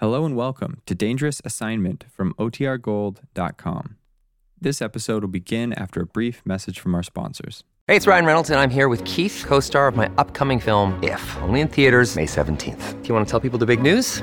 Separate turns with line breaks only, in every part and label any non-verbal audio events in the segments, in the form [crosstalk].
Hello and welcome to Dangerous Assignment from OTRGold.com. This episode will begin after a brief message from our sponsors.
Hey, it's Ryan Reynolds, and I'm here with Keith, co star of my upcoming film, If, only in theaters, May 17th. Do you want to tell people the big news?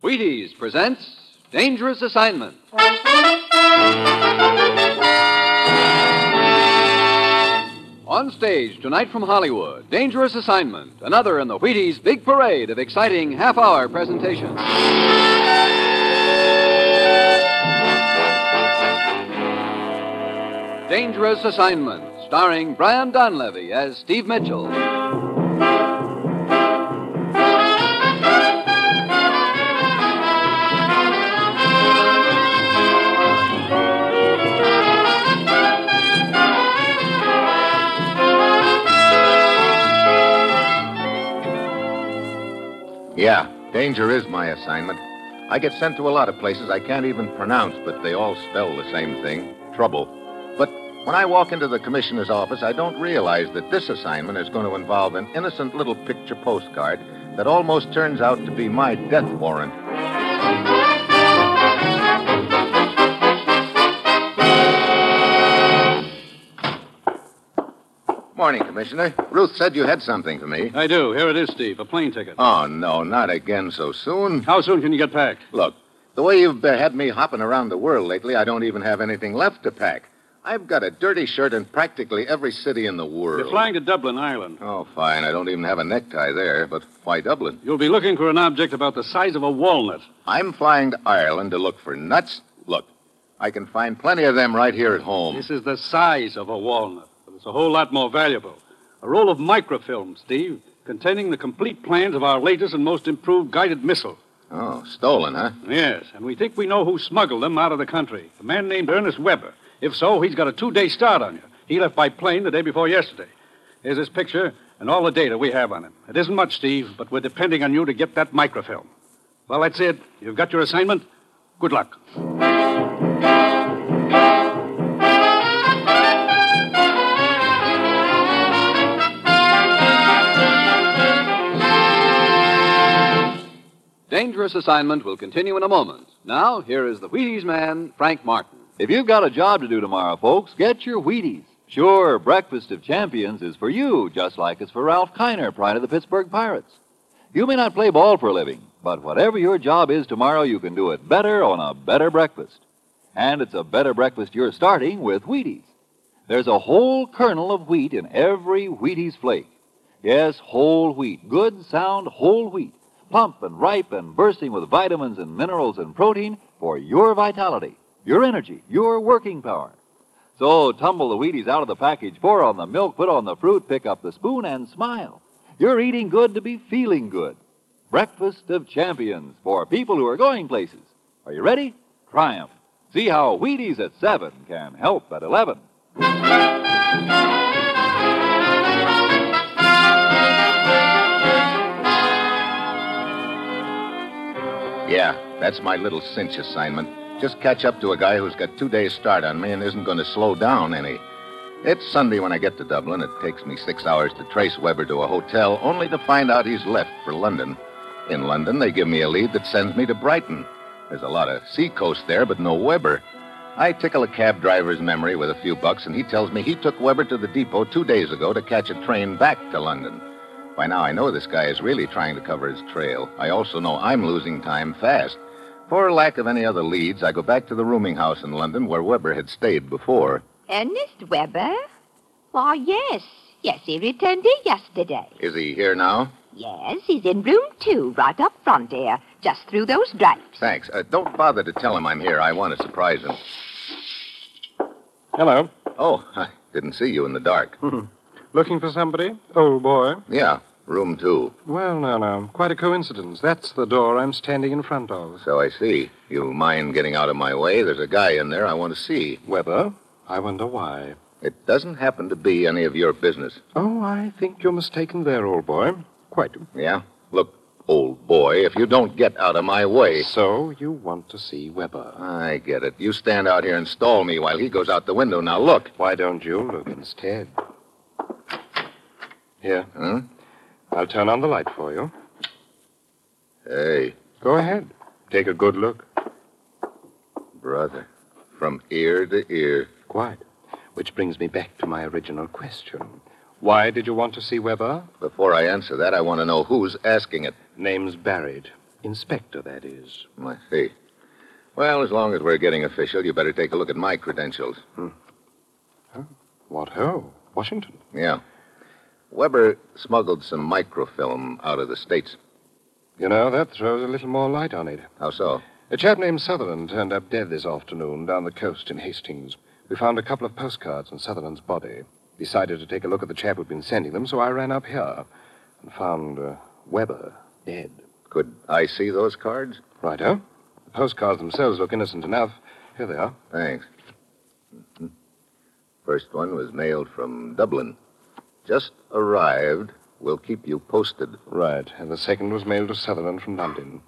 Wheaties presents Dangerous Assignment. On stage tonight from Hollywood, Dangerous Assignment, another in the Wheaties big parade of exciting half hour presentations. Dangerous Assignment, starring Brian Donlevy as Steve Mitchell.
Yeah, danger is my assignment. I get sent to a lot of places I can't even pronounce, but they all spell the same thing trouble. But when I walk into the commissioner's office, I don't realize that this assignment is going to involve an innocent little picture postcard that almost turns out to be my death warrant. Morning, Commissioner. Ruth said you had something for me.
I do. Here it is, Steve, a plane ticket.
Oh, no, not again so soon.
How soon can you get packed?
Look, the way you've uh, had me hopping around the world lately, I don't even have anything left to pack. I've got a dirty shirt in practically every city in the world.
You're flying to Dublin, Ireland.
Oh, fine. I don't even have a necktie there, but why Dublin?
You'll be looking for an object about the size of a walnut.
I'm flying to Ireland to look for nuts. Look, I can find plenty of them right here at home.
This is the size of a walnut, but it's a whole lot more valuable. A roll of microfilm, Steve, containing the complete plans of our latest and most improved guided missile.
Oh, stolen, huh?
Yes, and we think we know who smuggled them out of the country. A man named Ernest Weber. If so, he's got a two day start on you. He left by plane the day before yesterday. Here's his picture and all the data we have on him. It isn't much, Steve, but we're depending on you to get that microfilm. Well, that's it. You've got your assignment. Good luck. Dangerous assignment will continue in a moment. Now, here is the Wheaties man, Frank Martin. If you've got a job to do tomorrow, folks, get your Wheaties. Sure, Breakfast of Champions is for you, just like it's for Ralph Kiner, pride of the Pittsburgh Pirates. You may not play ball for a living, but whatever your job is tomorrow, you can do it better on a better breakfast. And it's a better breakfast you're starting with Wheaties. There's a whole kernel of wheat in every Wheaties flake. Yes, whole wheat. Good, sound, whole wheat. Plump and ripe and bursting with vitamins and minerals and protein for your vitality, your energy, your working power. So tumble the Wheaties out of the package, pour on the milk, put on the fruit, pick up the spoon, and smile. You're eating good to be feeling good. Breakfast of champions for people who are going places. Are you ready? Triumph. See how Wheaties at 7 can help at 11.
Yeah, that's my little cinch assignment. Just catch up to a guy who's got two days' start on me and isn't going to slow down any. It's Sunday when I get to Dublin. It takes me six hours to trace Weber to a hotel, only to find out he's left for London. In London, they give me a lead that sends me to Brighton. There's a lot of seacoast there, but no Weber. I tickle a cab driver's memory with a few bucks, and he tells me he took Weber to the depot two days ago to catch a train back to London. By now, I know this guy is really trying to cover his trail. I also know I'm losing time fast. For lack of any other leads, I go back to the rooming house in London where Weber had stayed before.
Ernest Weber? Why, yes. Yes, he returned here yesterday.
Is he here now?
Yes, he's in room two, right up front here, just through those drapes.
Thanks. Uh, don't bother to tell him I'm here. I want to surprise him.
Hello. Hmm.
Oh, [laughs] I didn't see you in the dark.
Looking for somebody? Oh, boy.
Yeah, room two.
Well, no, no. Quite a coincidence. That's the door I'm standing in front of.
So I see. You mind getting out of my way? There's a guy in there I want to see.
Weber? I wonder why.
It doesn't happen to be any of your business.
Oh, I think you're mistaken there, old boy. Quite.
Yeah? Look, old boy, if you don't get out of my way.
So you want to see Weber.
I get it. You stand out here and stall me while he goes out the window. Now look.
Why don't you look instead? Here,
Huh?
I'll turn on the light for you.
Hey,
Go ahead. Take a good look.
brother. From ear to ear.
Quite. Which brings me back to my original question. Why did you want to see Weber?
Before I answer that, I want to know who's asking it.
Name's buried. Inspector, that is.
I see. Well, as long as we're getting official, you better take a look at my credentials.
Hmm. What ho? Washington.
Yeah. Weber smuggled some microfilm out of the States.
You know, that throws a little more light on it.
How so?
A chap named Sutherland turned up dead this afternoon down the coast in Hastings. We found a couple of postcards in Sutherland's body. Decided to take a look at the chap who'd been sending them, so I ran up here and found uh, Weber dead.
Could I see those cards?
Righto. The postcards themselves look innocent enough. Here they are.
Thanks. Mhm. First one was mailed from Dublin. Just arrived. We'll keep you posted.
Right. And the second was mailed to Sutherland from London.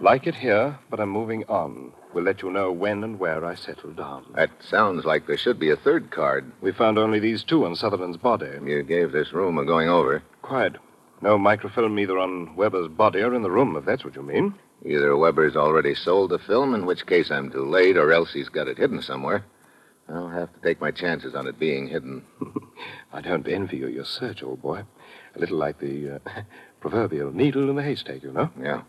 Like it here, but I'm moving on. We'll let you know when and where I settle down.
That sounds like there should be a third card.
We found only these two on Sutherland's body.
You gave this room a going over.
Quiet. No microfilm either on Weber's body or in the room, if that's what you mean.
Either Weber's already sold the film, in which case I'm too late, or else he's got it hidden somewhere. I'll have to take my chances on it being
[laughs]
hidden.
I don't envy you your search, old boy. A little like the
[laughs]
uh, proverbial needle in the haystack, you know.
Yeah.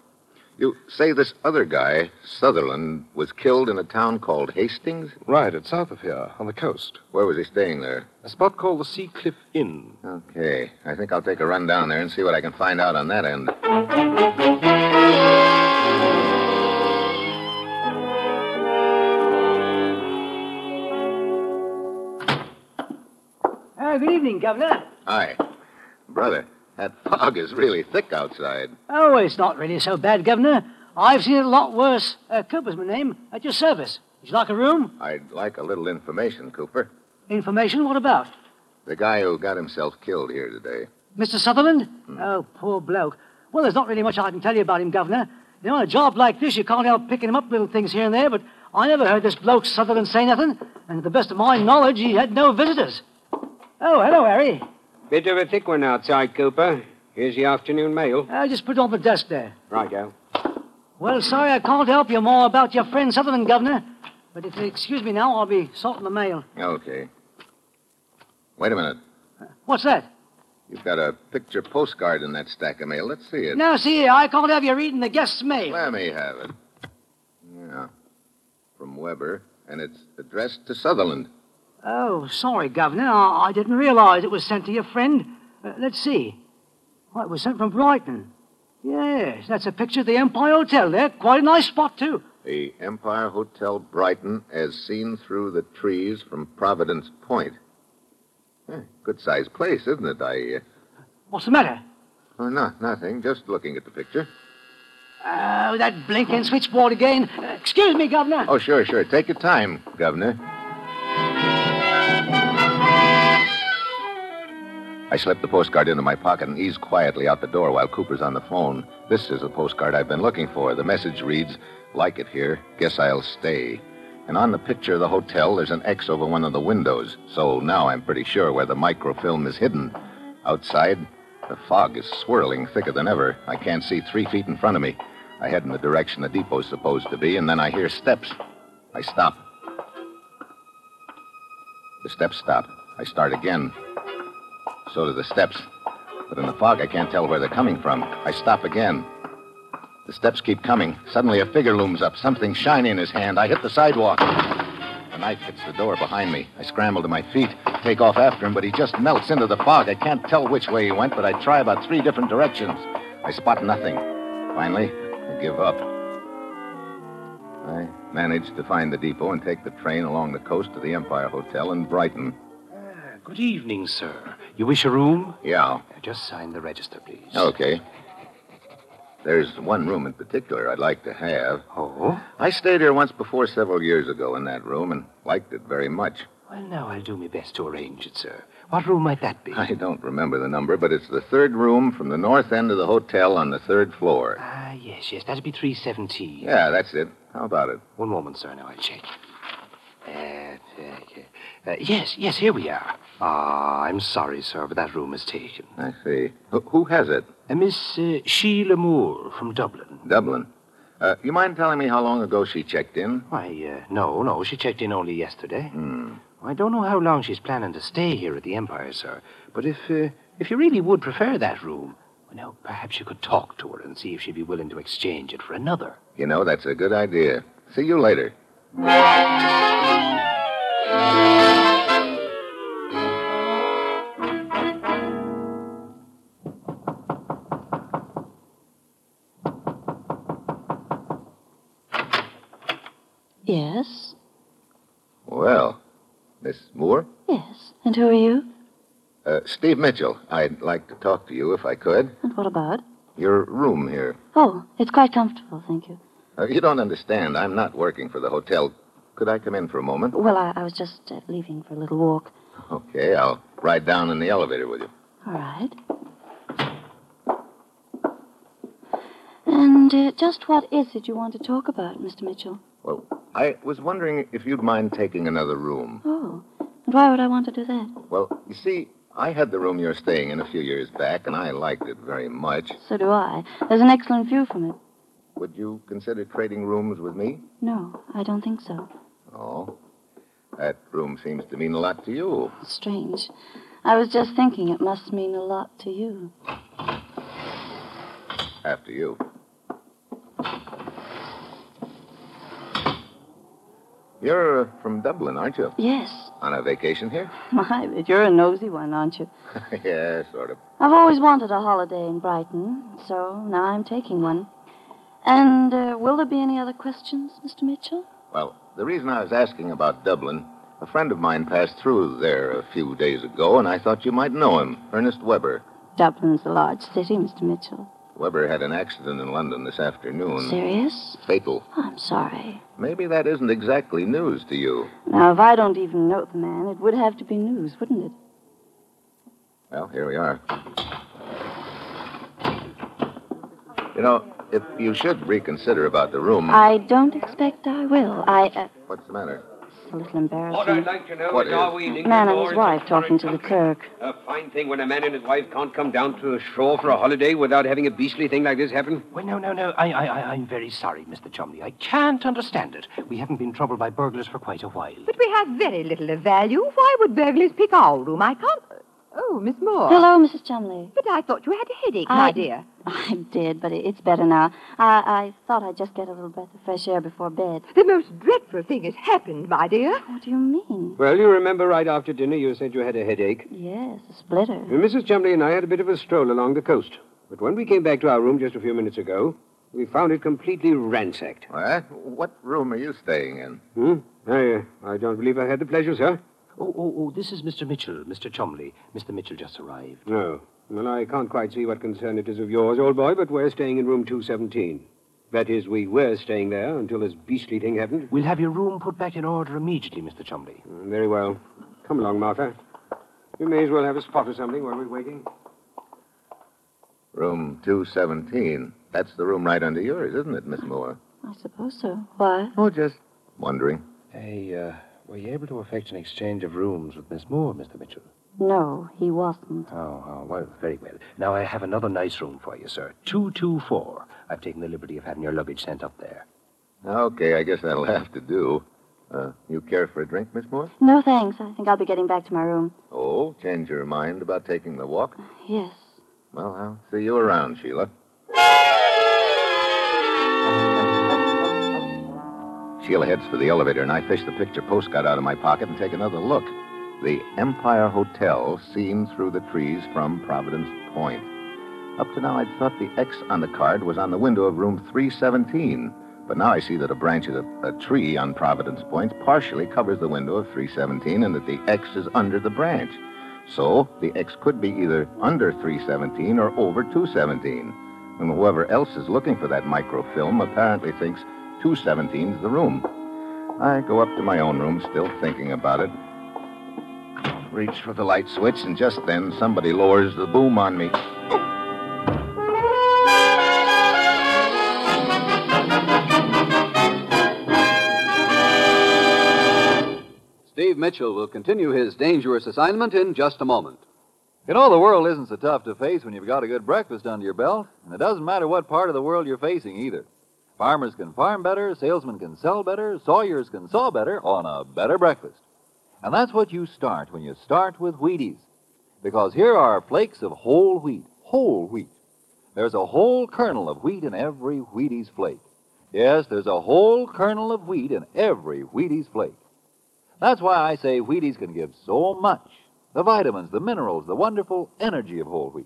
You say this other guy, Sutherland, was killed in a town called Hastings?
Right, it's south of here, on the coast.
Where was he staying there?
A spot called the Sea Cliff Inn.
Okay. I think I'll take a run down there and see what I can find out on that end.
Ah, good evening, Governor.
Hi. Brother, that fog is really thick outside.
Oh, it's not really so bad, Governor. I've seen it a lot worse. Uh, Cooper's my name, at your service. Would you like a room?
I'd like a little information, Cooper.
Information, what about?
The guy who got himself killed here today.
Mr. Sutherland? Oh, poor bloke. Well, there's not really much I can tell you about him, Governor. You know, on a job like this, you can't help picking him up little things here and there, but I never heard this bloke Sutherland say nothing, and to the best of my knowledge, he had no visitors. Oh, hello, Harry.
Bit of a thick one outside, Cooper. Here's the afternoon mail.
Uh, just put it on the desk there.
Righto.
Well, sorry I can't help you more about your friend Sutherland, Governor. But if you'll excuse me now, I'll be sorting the mail.
Okay. Wait a minute.
What's that?
You've got a picture postcard in that stack of mail. Let's see it.
Now, see, I can't have you reading the guest's mail.
Let me have it. Yeah. From Weber, and it's addressed to Sutherland.
Oh, sorry, Governor. I, I didn't realize it was sent to your friend. Uh, let's see. Why, it was sent from Brighton. Yes, that's a picture of the Empire Hotel there. Quite a nice spot, too.
The Empire Hotel Brighton, as seen through the trees from Providence Point. Eh, good sized place, isn't it? I. Uh,
What's the matter?
oh, no, nothing. Just looking at the picture.
Oh, that blinking switchboard again. Uh, excuse me, Governor.
Oh, sure, sure. Take your time, Governor. I slipped the postcard into my pocket and eased quietly out the door while Cooper's on the phone. This is the postcard I've been looking for. The message reads, Like it here. Guess I'll stay. And on the picture of the hotel, there's an X over one of the windows. So now I'm pretty sure where the microfilm is hidden. Outside, the fog is swirling thicker than ever. I can't see three feet in front of me. I head in the direction the depot's supposed to be, and then I hear steps. I stop. The steps stop. I start again. So do the steps. But in the fog, I can't tell where they're coming from. I stop again. The steps keep coming. Suddenly, a figure looms up, something shiny in his hand. I hit the sidewalk. The knife hits the door behind me. I scramble to my feet, take off after him, but he just melts into the fog. I can't tell which way he went, but I try about three different directions. I spot nothing. Finally, I give up. I manage to find the depot and take the train along the coast to the Empire Hotel in Brighton.
Uh, Good evening, sir. You wish a room? Uh,
Yeah. Oh.
Just sign the register, please.
Okay. There's one room in particular I'd like to have.
Oh?
I stayed here once before several years ago in that room and liked it very much. [laughs]
Well, now I'll do my best to arrange it, sir. What room might that be?
I don't remember the number, but it's the third room from the north end of the hotel on the third floor.
Ah, yes, yes. That'd be 317.
Yeah, that's it. How about it?
One moment, sir. Now I'll check. Uh, uh, uh, yes, yes, here we are. Ah, I'm sorry, sir, but that room is taken.
I see. Who, who has it?
Uh, Miss uh, Sheila Moore from Dublin.
Dublin. Uh, you mind telling me how long ago she checked in?
Why, uh, no, no, she checked in only yesterday.
Hmm.
I don't know how long she's planning to stay here at the Empire, sir, but if, uh, if you really would prefer that room, well, now perhaps you could talk to her and see if she'd be willing to exchange it for another.
You know, that's a good idea. See you later.
Yes,
Well, Miss Moore?
yes. And who are you?
Uh, Steve Mitchell, I'd like to talk to you if I could.
And what about?
Your room here.
Oh, it's quite comfortable, thank you.
Uh, you don't understand. I'm not working for the hotel. Could I come in for a moment?
Well, I, I was just uh, leaving for a little walk.
Okay, I'll ride down in the elevator with you.
All right. And uh, just what is it you want to talk about, Mr. Mitchell?
Well, I was wondering if you'd mind taking another room.
Oh, and why would I want to do that?
Well, you see, I had the room you're staying in a few years back, and I liked it very much.
So do I. There's an excellent view from it.
Would you consider trading rooms with me?
No, I don't think so.
Oh. That room seems to mean a lot to you.
Strange. I was just thinking it must mean a lot to you.
After you. You're uh, from Dublin, aren't you?
Yes,
On a vacation here?
[laughs]
[laughs]
my, but you're a nosy one, aren't you?
yeah, sort of.
I've always wanted a holiday in Brighton, so now I'm taking one. And uh, will there be any other questions, Mr. Mitchell?
Well, the reason I was asking about Dublin, a friend of mine passed through there a few days ago, and I thought you might know him, Ernest Weber.
Dublin's a large city, Mr. Mitchell.
Weber had an accident in London this afternoon.
Serious?
Fatal.
I'm sorry.
Maybe that isn't exactly news to you.
Now, if I don't even know the man, it would have to be news, wouldn't it?
Well, here we are. You know, if you should reconsider about the room.
I don't expect I will. I. Uh,
What's the matter?
it's a little embarrassing.
like to know
What
is,
is?
are we in England
Man and
or
his
in some
wife talking to the clerk.
A fine thing when a man and his wife can't come down to the shore for a holiday without having a beastly thing like this happen.
Well, no, no, no. I, I, I, I'm very sorry, Mr. Chumley. I can't understand it. We haven't been troubled by burglars for quite a while.
But we have very little of value. Why would burglars pick our room? I can't. Oh, Miss Moore.
Hello, Mrs. Chumley.
But I thought you had a headache, my
I-
dear.
I did, but it- it's better now. I, I thought I'd just get a little breath of fresh air before bed.
The most dreadful thing has happened, my dear.
What do you mean?
Well, you remember right after dinner you said you had a headache.
Yes, a splitter.
And Mrs. Chumley and I had a bit of a stroll along the coast. But when we came back to our room just a few minutes ago, we found it completely ransacked.
What? What room are you staying in?
Hmm? I, uh, I don't believe I had the pleasure, sir.
Oh, oh, oh, this is Mr. Mitchell, Mr. Chumley. Mr. Mitchell just arrived.
No. Well, I can't quite see what concern it is of yours, old boy, but we're staying in room 217. That is, we were staying there until this beastly thing happened.
We'll have your room put back in order immediately, Mr. Chumley.
Very well. Come along, Martha. You may as well have a spot or something while we're waiting.
Room 217. That's the room right under yours, isn't it, Miss Moore?
I suppose so. Why?
Oh, just wondering.
Hey, uh, were you able to effect an exchange of rooms with Miss Moore, Mr. Mitchell?
No, he wasn't.
Oh, oh, well, very well. Now I have another nice room for you, sir. 224. I've taken the liberty of having your luggage sent up there.
Okay, I guess that'll have to do. Uh, you care for a drink, Miss Moore?
No thanks. I think I'll be getting back to my room.
Oh, change your mind about taking the walk?
Yes.
Well, I'll see you around, Sheila. Sheila heads for the elevator, and I fish the picture postcard out of my pocket and take another look. The Empire Hotel, seen through the trees from Providence Point. Up to now, I'd thought the X on the card was on the window of room 317, but now I see that a branch of the, a tree on Providence Point partially covers the window of 317 and that the X is under the branch. So, the X could be either under 317 or over 217. And whoever else is looking for that microfilm apparently thinks 217's the room. I go up to my own room, still thinking about it. Reach for the light switch, and just then somebody lowers the boom on me.
Steve Mitchell will continue his dangerous assignment in just a moment. You know, the world isn't so tough to face when you've got a good breakfast under your belt, and it doesn't matter what part of the world you're facing either. Farmers can farm better, salesmen can sell better, sawyers can saw better on a better breakfast. And that's what you start when you start with Wheaties. Because here are flakes of whole wheat, whole wheat. There's a whole kernel of wheat in every Wheaties flake. Yes, there's a whole kernel of wheat in every Wheaties flake. That's why I say Wheaties can give so much the vitamins, the minerals, the wonderful energy of whole wheat.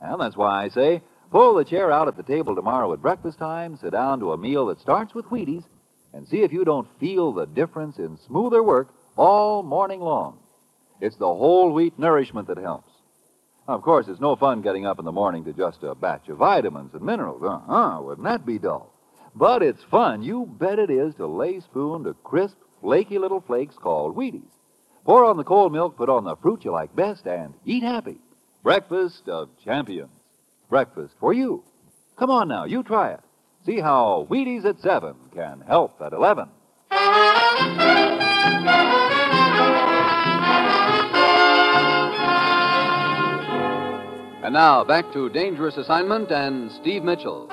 And that's why I say pull the chair out at the table tomorrow at breakfast time, sit down to a meal that starts with Wheaties, and see if you don't feel the difference in smoother work all morning long. It's the whole wheat nourishment that helps. Of course, it's no fun getting up in the morning to just a batch of vitamins and minerals. Uh huh, wouldn't that be dull? But it's fun, you bet it is, to lay spoon to crisp, flaky little flakes called Wheaties. Pour on the cold milk, put on the fruit you like best, and eat happy. Breakfast of champions. Breakfast for you. Come on now, you try it. See how Wheaties at 7 can help at 11. And now, back to Dangerous Assignment and Steve Mitchell.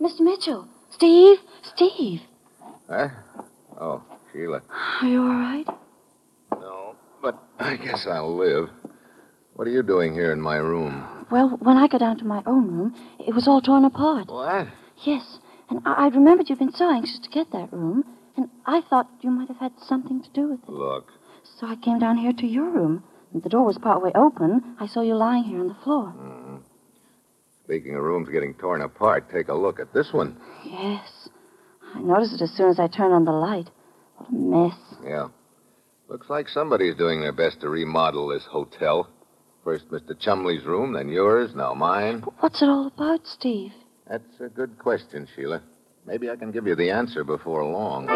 Mr. Mitchell, Steve, Steve,
Huh? Oh, Sheila.
are you all right?
No, but I guess I'll live. What are you doing here in my room?
Well, when I got down to my own room, it was all torn apart.
What?
Yes, and I, I remembered you'd been so anxious to get that room, and I thought you might have had something to do with it.
Look.
So I came down here to your room, and the door was partway open. I saw you lying here on the floor.
Speaking of rooms getting torn apart, take a look at this one.
Yes, I noticed it as soon as I turned on the light. What a mess.
Yeah. Looks like somebody's doing their best to remodel this hotel. First Mr. Chumley's room, then yours, now mine.
What's it all about, Steve?
That's a good question, Sheila. Maybe I can give you the answer before long.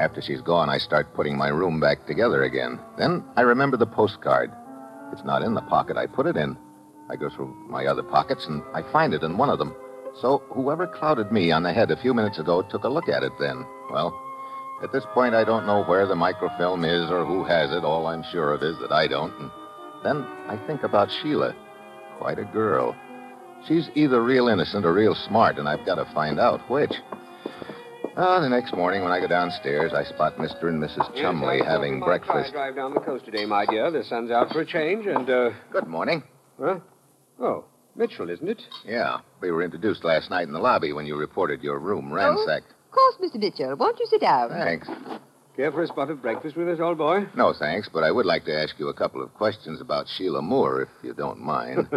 After she's gone, I start putting my room back together again. Then I remember the postcard. It's not in the pocket I put it in. I go through my other pockets and I find it in one of them. So whoever clouded me on the head a few minutes ago took a look at it then. Well, at this point, I don't know where the microfilm is or who has it. All I'm sure of is that I don't. And then I think about Sheila. Quite a girl. She's either real innocent or real smart, and I've got to find out which. Ah, the next morning, when I go downstairs, I spot Mr. and Mrs. Chumley having breakfast.
drive down the coast today, my dear. The sun's out for a change, and, uh.
Good morning.
Huh? Oh, Mitchell, isn't it?
Yeah, we were introduced last night in the lobby when you reported your room ransacked.
Of course, Mr. Mitchell. Won't you sit down?
Oh.
Thanks.
Care for a spot of breakfast with us, old boy?
No, thanks, but I would like to ask you a couple of questions about Sheila Moore, if you don't mind.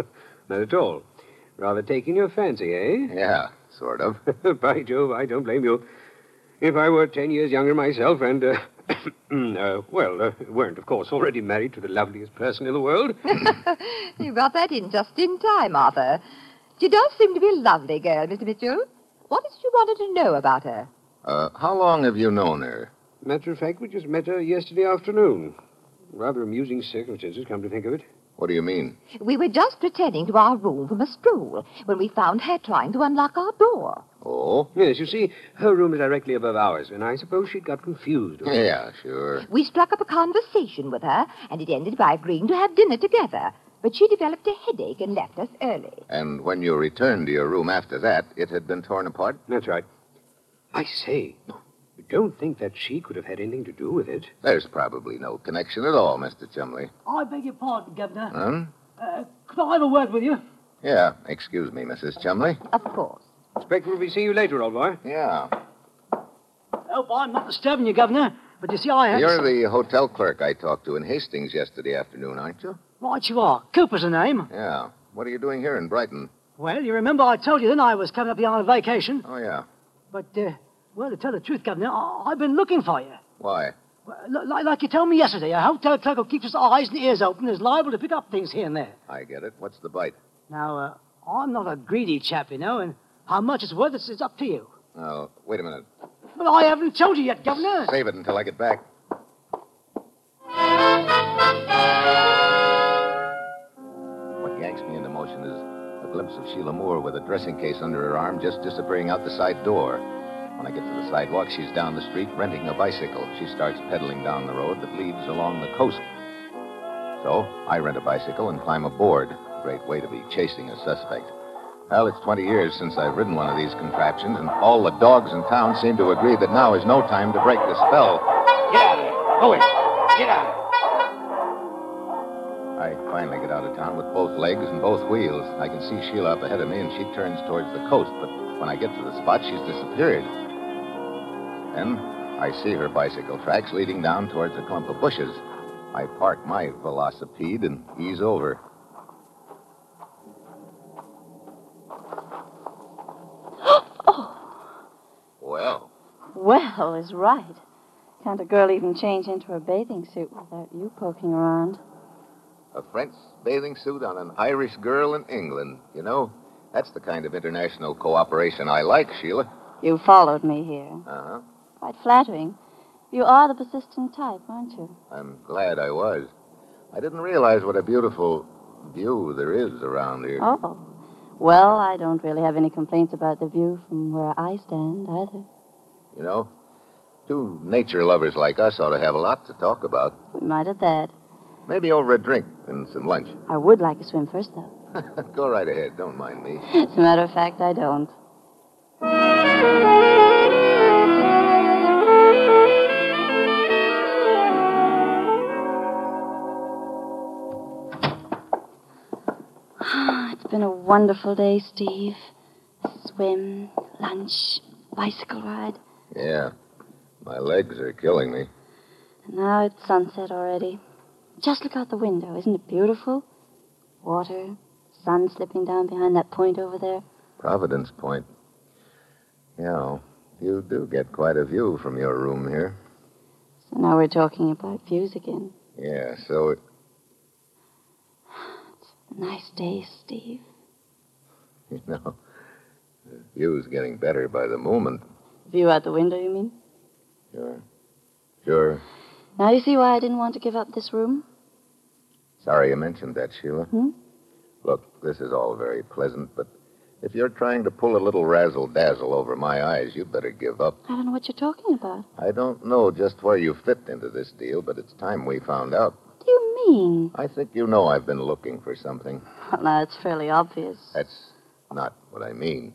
Not at all. Rather taking your fancy, eh?
Yeah, sort of.
[laughs] By Jove, I don't blame you. If I were ten years younger myself and, uh, [coughs] uh, well, uh, weren't, of course, already married to the loveliest person in the world.
You got that in just in time, Arthur. She does seem to be a lovely girl, Mr. Mitchell. What is it you wanted to know about her?
Uh, how long have you known her?
Matter of fact, we just met her yesterday uh, afternoon. Rather amusing circumstances, come to think of it.
What do you mean?
We were just returning to our room from a stroll when we found her trying to unlock our door.
Oh?
Yes, you see, her room is directly above ours, and I suppose she got confused.
Yeah, sure.
We struck up a conversation with her, and it ended by agreeing to have dinner together. But she developed a headache and left us early.
And when you returned to your room after that, it had been torn apart?
That's right. I say, you don't think that she could have had anything to do with it?
There's probably no connection at all, Mr. Chumley.
I beg your pardon, Governor.
Hmm?
Uh, could I have a word with you?
Yeah, excuse me, Mrs. Chumley.
Of course.
Expect we'll be seeing you later, old boy.
Yeah.
Hope Oh, I'm not disturbing you, Governor. But you see, I have.
You're the hotel clerk I talked to in Hastings yesterday afternoon, aren't you?
Right, you are. Cooper's the name.
Yeah. What are you doing here in Brighton?
Well, you remember I told you then I was coming up here on a vacation.
Oh, yeah.
But, uh, well, to tell the truth, Governor, I- I've been looking for you.
Why?
L- li- like you told me yesterday, a hotel clerk who keeps his eyes and ears open is liable to pick up things here and there.
I get it. What's the bite?
Now, uh, I'm not a greedy chap, you know, and how much it's worth is is up to you.
Oh, wait a minute.
But I haven't told you yet, Governor.
Save it until I get back. What yanks me into motion is a glimpse of Sheila Moore with a dressing case under her arm just disappearing out the side door. When I get to the sidewalk, she's down the street renting a bicycle. She starts pedaling down the road that leads along the coast. So I rent a bicycle and climb aboard. Great way to be chasing a suspect. Well, it's 20 years since I've ridden one of these contraptions, and all the dogs in town seem to agree that now is no time to break the spell.
Get out of there. Owen, get out.
I finally get out of town with both legs and both wheels. I can see Sheila up ahead of me, and she turns towards the coast, but when I get to the spot, she's disappeared. Then I see her bicycle tracks leading down towards a clump of bushes. I park my velocipede and ease over. Well,
Well is right. Can't a girl even change into a bathing suit without you poking around?
a French bathing suit on an Irish girl in England, you know? That's the kind of international cooperation I like, Sheila.
You followed me here.
Uh huh.
Quite flattering. You are the persistent type, aren't you?
I'm glad I was. I didn't realize what a beautiful view there is around here.
Oh. Well, I don't really have any complaints about the view from where I stand either.
You know, two nature lovers like us ought to have a lot to talk about.
We might at that.
Maybe over a drink and some lunch. [laughs]
I would like a swim first, though.
Go right ahead. Don't mind me.
As a matter of fact, I don't. Ah, it's been a wonderful day, Steve. Swim, lunch, bicycle ride.
Yeah. My legs are killing me.
And now it's sunset already. Just look out the window. Isn't it beautiful? Water, sun slipping down behind that point over there.
Providence Point. Yeah, you do get quite a view from your room here.
So now we're talking about views again.
Yeah, so [laughs] it,
A nice day, Steve.
you know, the view's getting better by the moment.
View out the window, you mean?
Sure. Sure.
Now you see why I didn't want to give up this room?
Sorry you mentioned that, Sheila.
Hmm?
Look, this is all very pleasant, but if you're trying to pull a little razzle dazzle over my eyes, you better give up.
I don't know what you're talking about.
I don't know just where you fit into this deal, but it's time we found out.
What do you mean?
I think you know I've been looking for something.
[laughs] Well, now it's fairly obvious.
That's not what I mean.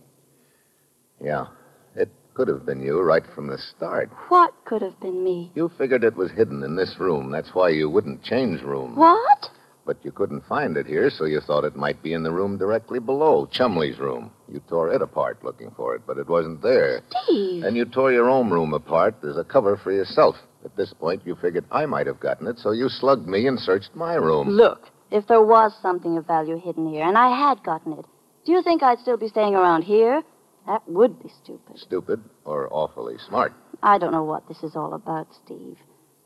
Yeah, it could have been you right from the start.
What could have been me?
You figured it was hidden in this room. That's why you wouldn't change rooms.
What?
But you couldn't find it here, so you thought it might be in the room directly below, Chumley's room. You tore it apart looking for it, but it wasn't there.
Steve.
And you tore your own room apart as a cover for yourself. At this point, you figured I might have gotten it, so you slugged me and searched my room.
Look, if there was something of value hidden here, and I had gotten it, do you think I'd still be staying around here? That would be stupid.
Stupid or awfully smart.
I don't know what this is all about, Steve.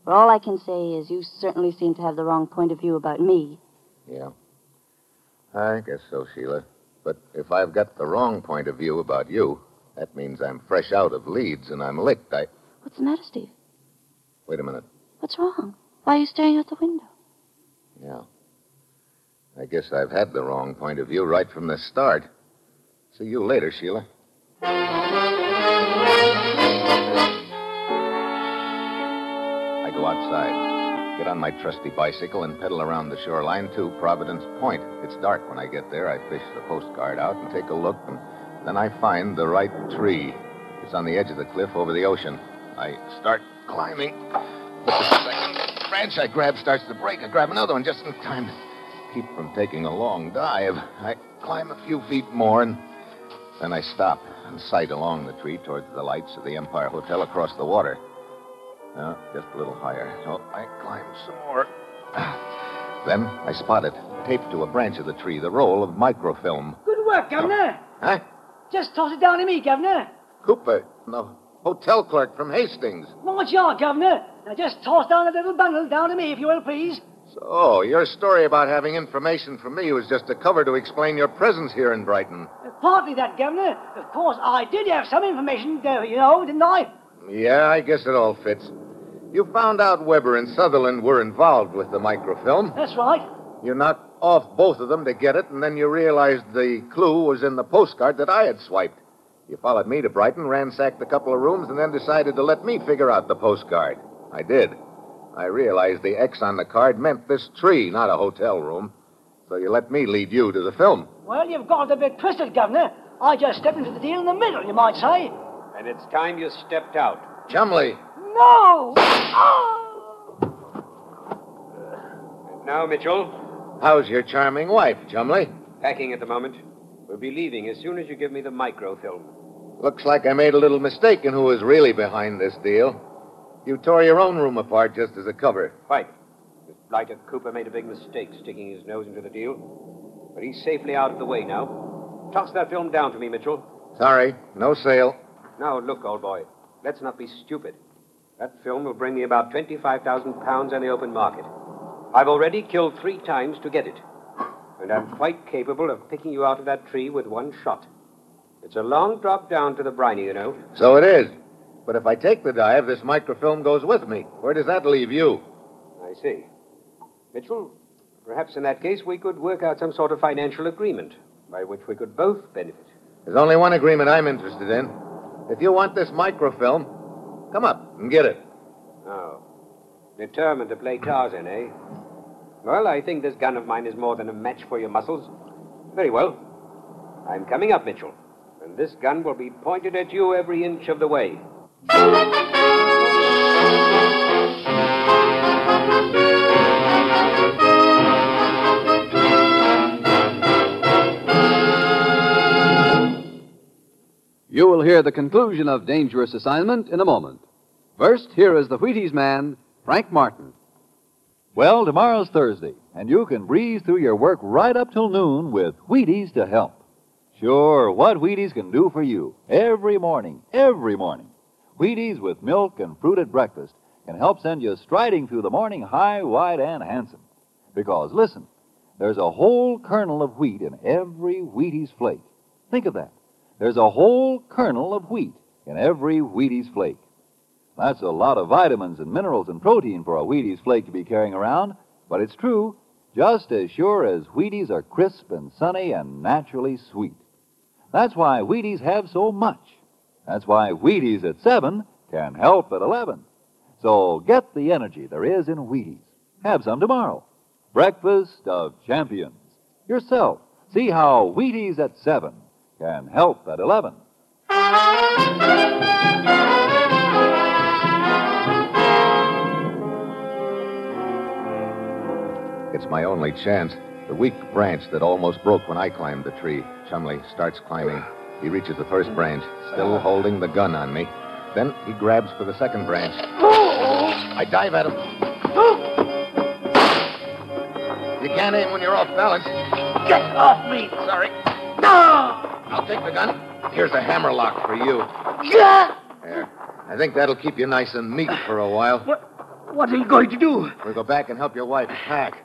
But all I can say is you certainly seem to have the wrong point of view about me.
Yeah. I guess so, Sheila. But if I've got the wrong point of view about you, that means I'm fresh out of Leeds and I'm licked. I.
What's the matter, Steve?
Wait a minute.
What's wrong? Why are you staring out the window?
Yeah. I guess I've had the wrong point of view right from the start. See you later, Sheila. I go outside, get on my trusty bicycle, and pedal around the shoreline to Providence Point. It's dark when I get there. I fish the postcard out and take a look, and then I find the right tree. It's on the edge of the cliff over the ocean. I start climbing. The second branch I grab starts to break. I grab another one just in time to keep from taking a long dive. I climb a few feet more, and then I stop and sight along the tree towards the lights of the Empire Hotel across the water. No, just a little higher. So I climb some more. [sighs] Then I spotted, taped to a branch of the tree, the roll of microfilm.
Good work, Governor.
Huh?
Just toss it down to me, Governor.
Cooper, no, hotel clerk from Hastings.
Right you are, Governor. Now just toss down a little bundle down to me, if you will, please.
So, Oh, your story about having information from me was just a cover to explain your presence here in Brighton.
Partly that, Governor. Of course, I did have some information, uh, you know, didn't I?
Yeah, I guess it all fits. You found out Weber and Sutherland were involved with the microfilm.
That's right.
You knocked off both of them to get it, and then you realized the clue was in the postcard that I had swiped. You followed me to Brighton, ransacked a couple of rooms, and then decided to let me figure out the postcard. I did. I realized the X on the card meant this tree, not a hotel room. So you let me lead you to the film.
Well, you've got it a bit twisted, Governor. I just stepped into the deal in the middle, you might say.
And it's time you stepped out.
Chumley,
No!
Now, Mitchell,
how's your charming wife, Chumley?
packing at the moment. We'll be leaving as soon as you give me the microfilm.
Looks like I made a little mistake in who was really behind this deal. You tore your own room apart just as a cover.
Right. This blighter Cooper made a big mistake sticking his nose into the deal. But he's safely out of the way now. Toss that film down to me, Mitchell.
Sorry, no sale.
Now, look, old boy. Let's not be stupid. That film will bring me about 25,000 pounds on the open market. I've already killed three times to get it. And I'm quite capable of picking you out of that tree with one shot. It's a long drop down to the briny, you know.
So it is. But if I take the dive, this microfilm goes with me. Where does that leave you?
I see. Mitchell, perhaps in that case we could work out some sort of financial agreement by which we could both benefit.
There's only one agreement I'm interested in. If you want this microfilm, come up and get it.
Oh. Determined to play Tarzan, eh? Well, I think this gun of mine is more than a match for your muscles. Very well. I'm coming up, Mitchell. And this gun will be pointed at you every inch of the way.
You will hear the conclusion of Dangerous Assignment in a moment. First, here is the Wheaties man, Frank Martin.
Well, tomorrow's Thursday, and you can breeze through your work right up till noon with Wheaties to help. Sure, what Wheaties can do for you every morning, every morning. Wheaties with milk and fruit at breakfast can help send you striding through the morning high, wide, and handsome. Because, listen, there's a whole kernel of wheat in every Wheaties flake. Think of that. There's a whole kernel of wheat in every Wheaties flake. That's a lot of vitamins and minerals and protein for a Wheaties flake to be carrying around, but it's true, just as sure as Wheaties are crisp and sunny and naturally sweet. That's why Wheaties have so much. That's why Wheaties at 7 can help at 11. So get the energy there is in Wheaties. Have some tomorrow. Breakfast of Champions. Yourself, see how Wheaties at 7 can help at 11.
It's my only chance. The weak branch that almost broke when I climbed the tree. Chumley starts climbing. He reaches the first branch, still holding the gun on me. Then he grabs for the second branch. I dive at him. You can't aim when you're off balance. Get off me! Ah! Sorry. I'll take the gun. Here's a hammerlock for you.
Yeah!
There. I think that'll keep you nice and neat for a while.
What are you going to do?
We'll go back and help your wife pack.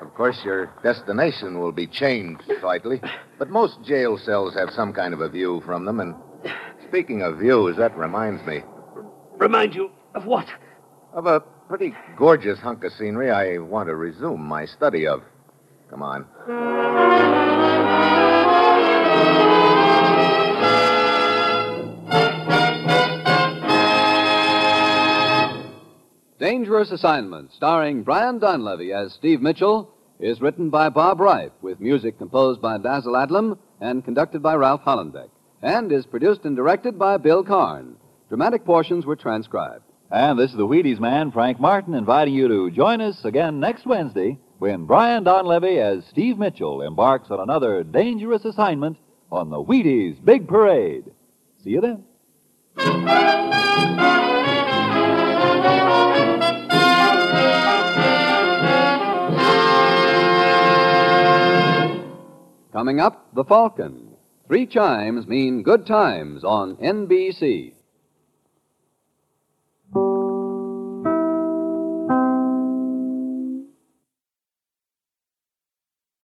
Of course, your destination will be changed slightly, but most jail cells have some kind of a view from them, and speaking of views, that reminds me.
Remind you of what?
Of a pretty gorgeous hunk of scenery I want to resume my study of. Come on.
Dangerous Assignment, starring Brian Donlevy as Steve Mitchell, is written by Bob Reif, with music composed by Basil Adlam and conducted by Ralph Hollenbeck, and is produced and directed by Bill Karn. Dramatic portions were transcribed.
And this is the Wheaties man, Frank Martin, inviting you to join us again next Wednesday when Brian Donlevy as Steve Mitchell embarks on another dangerous assignment on the Wheaties Big Parade. See you then.
Coming up, The Falcon. Three chimes mean good times on NBC.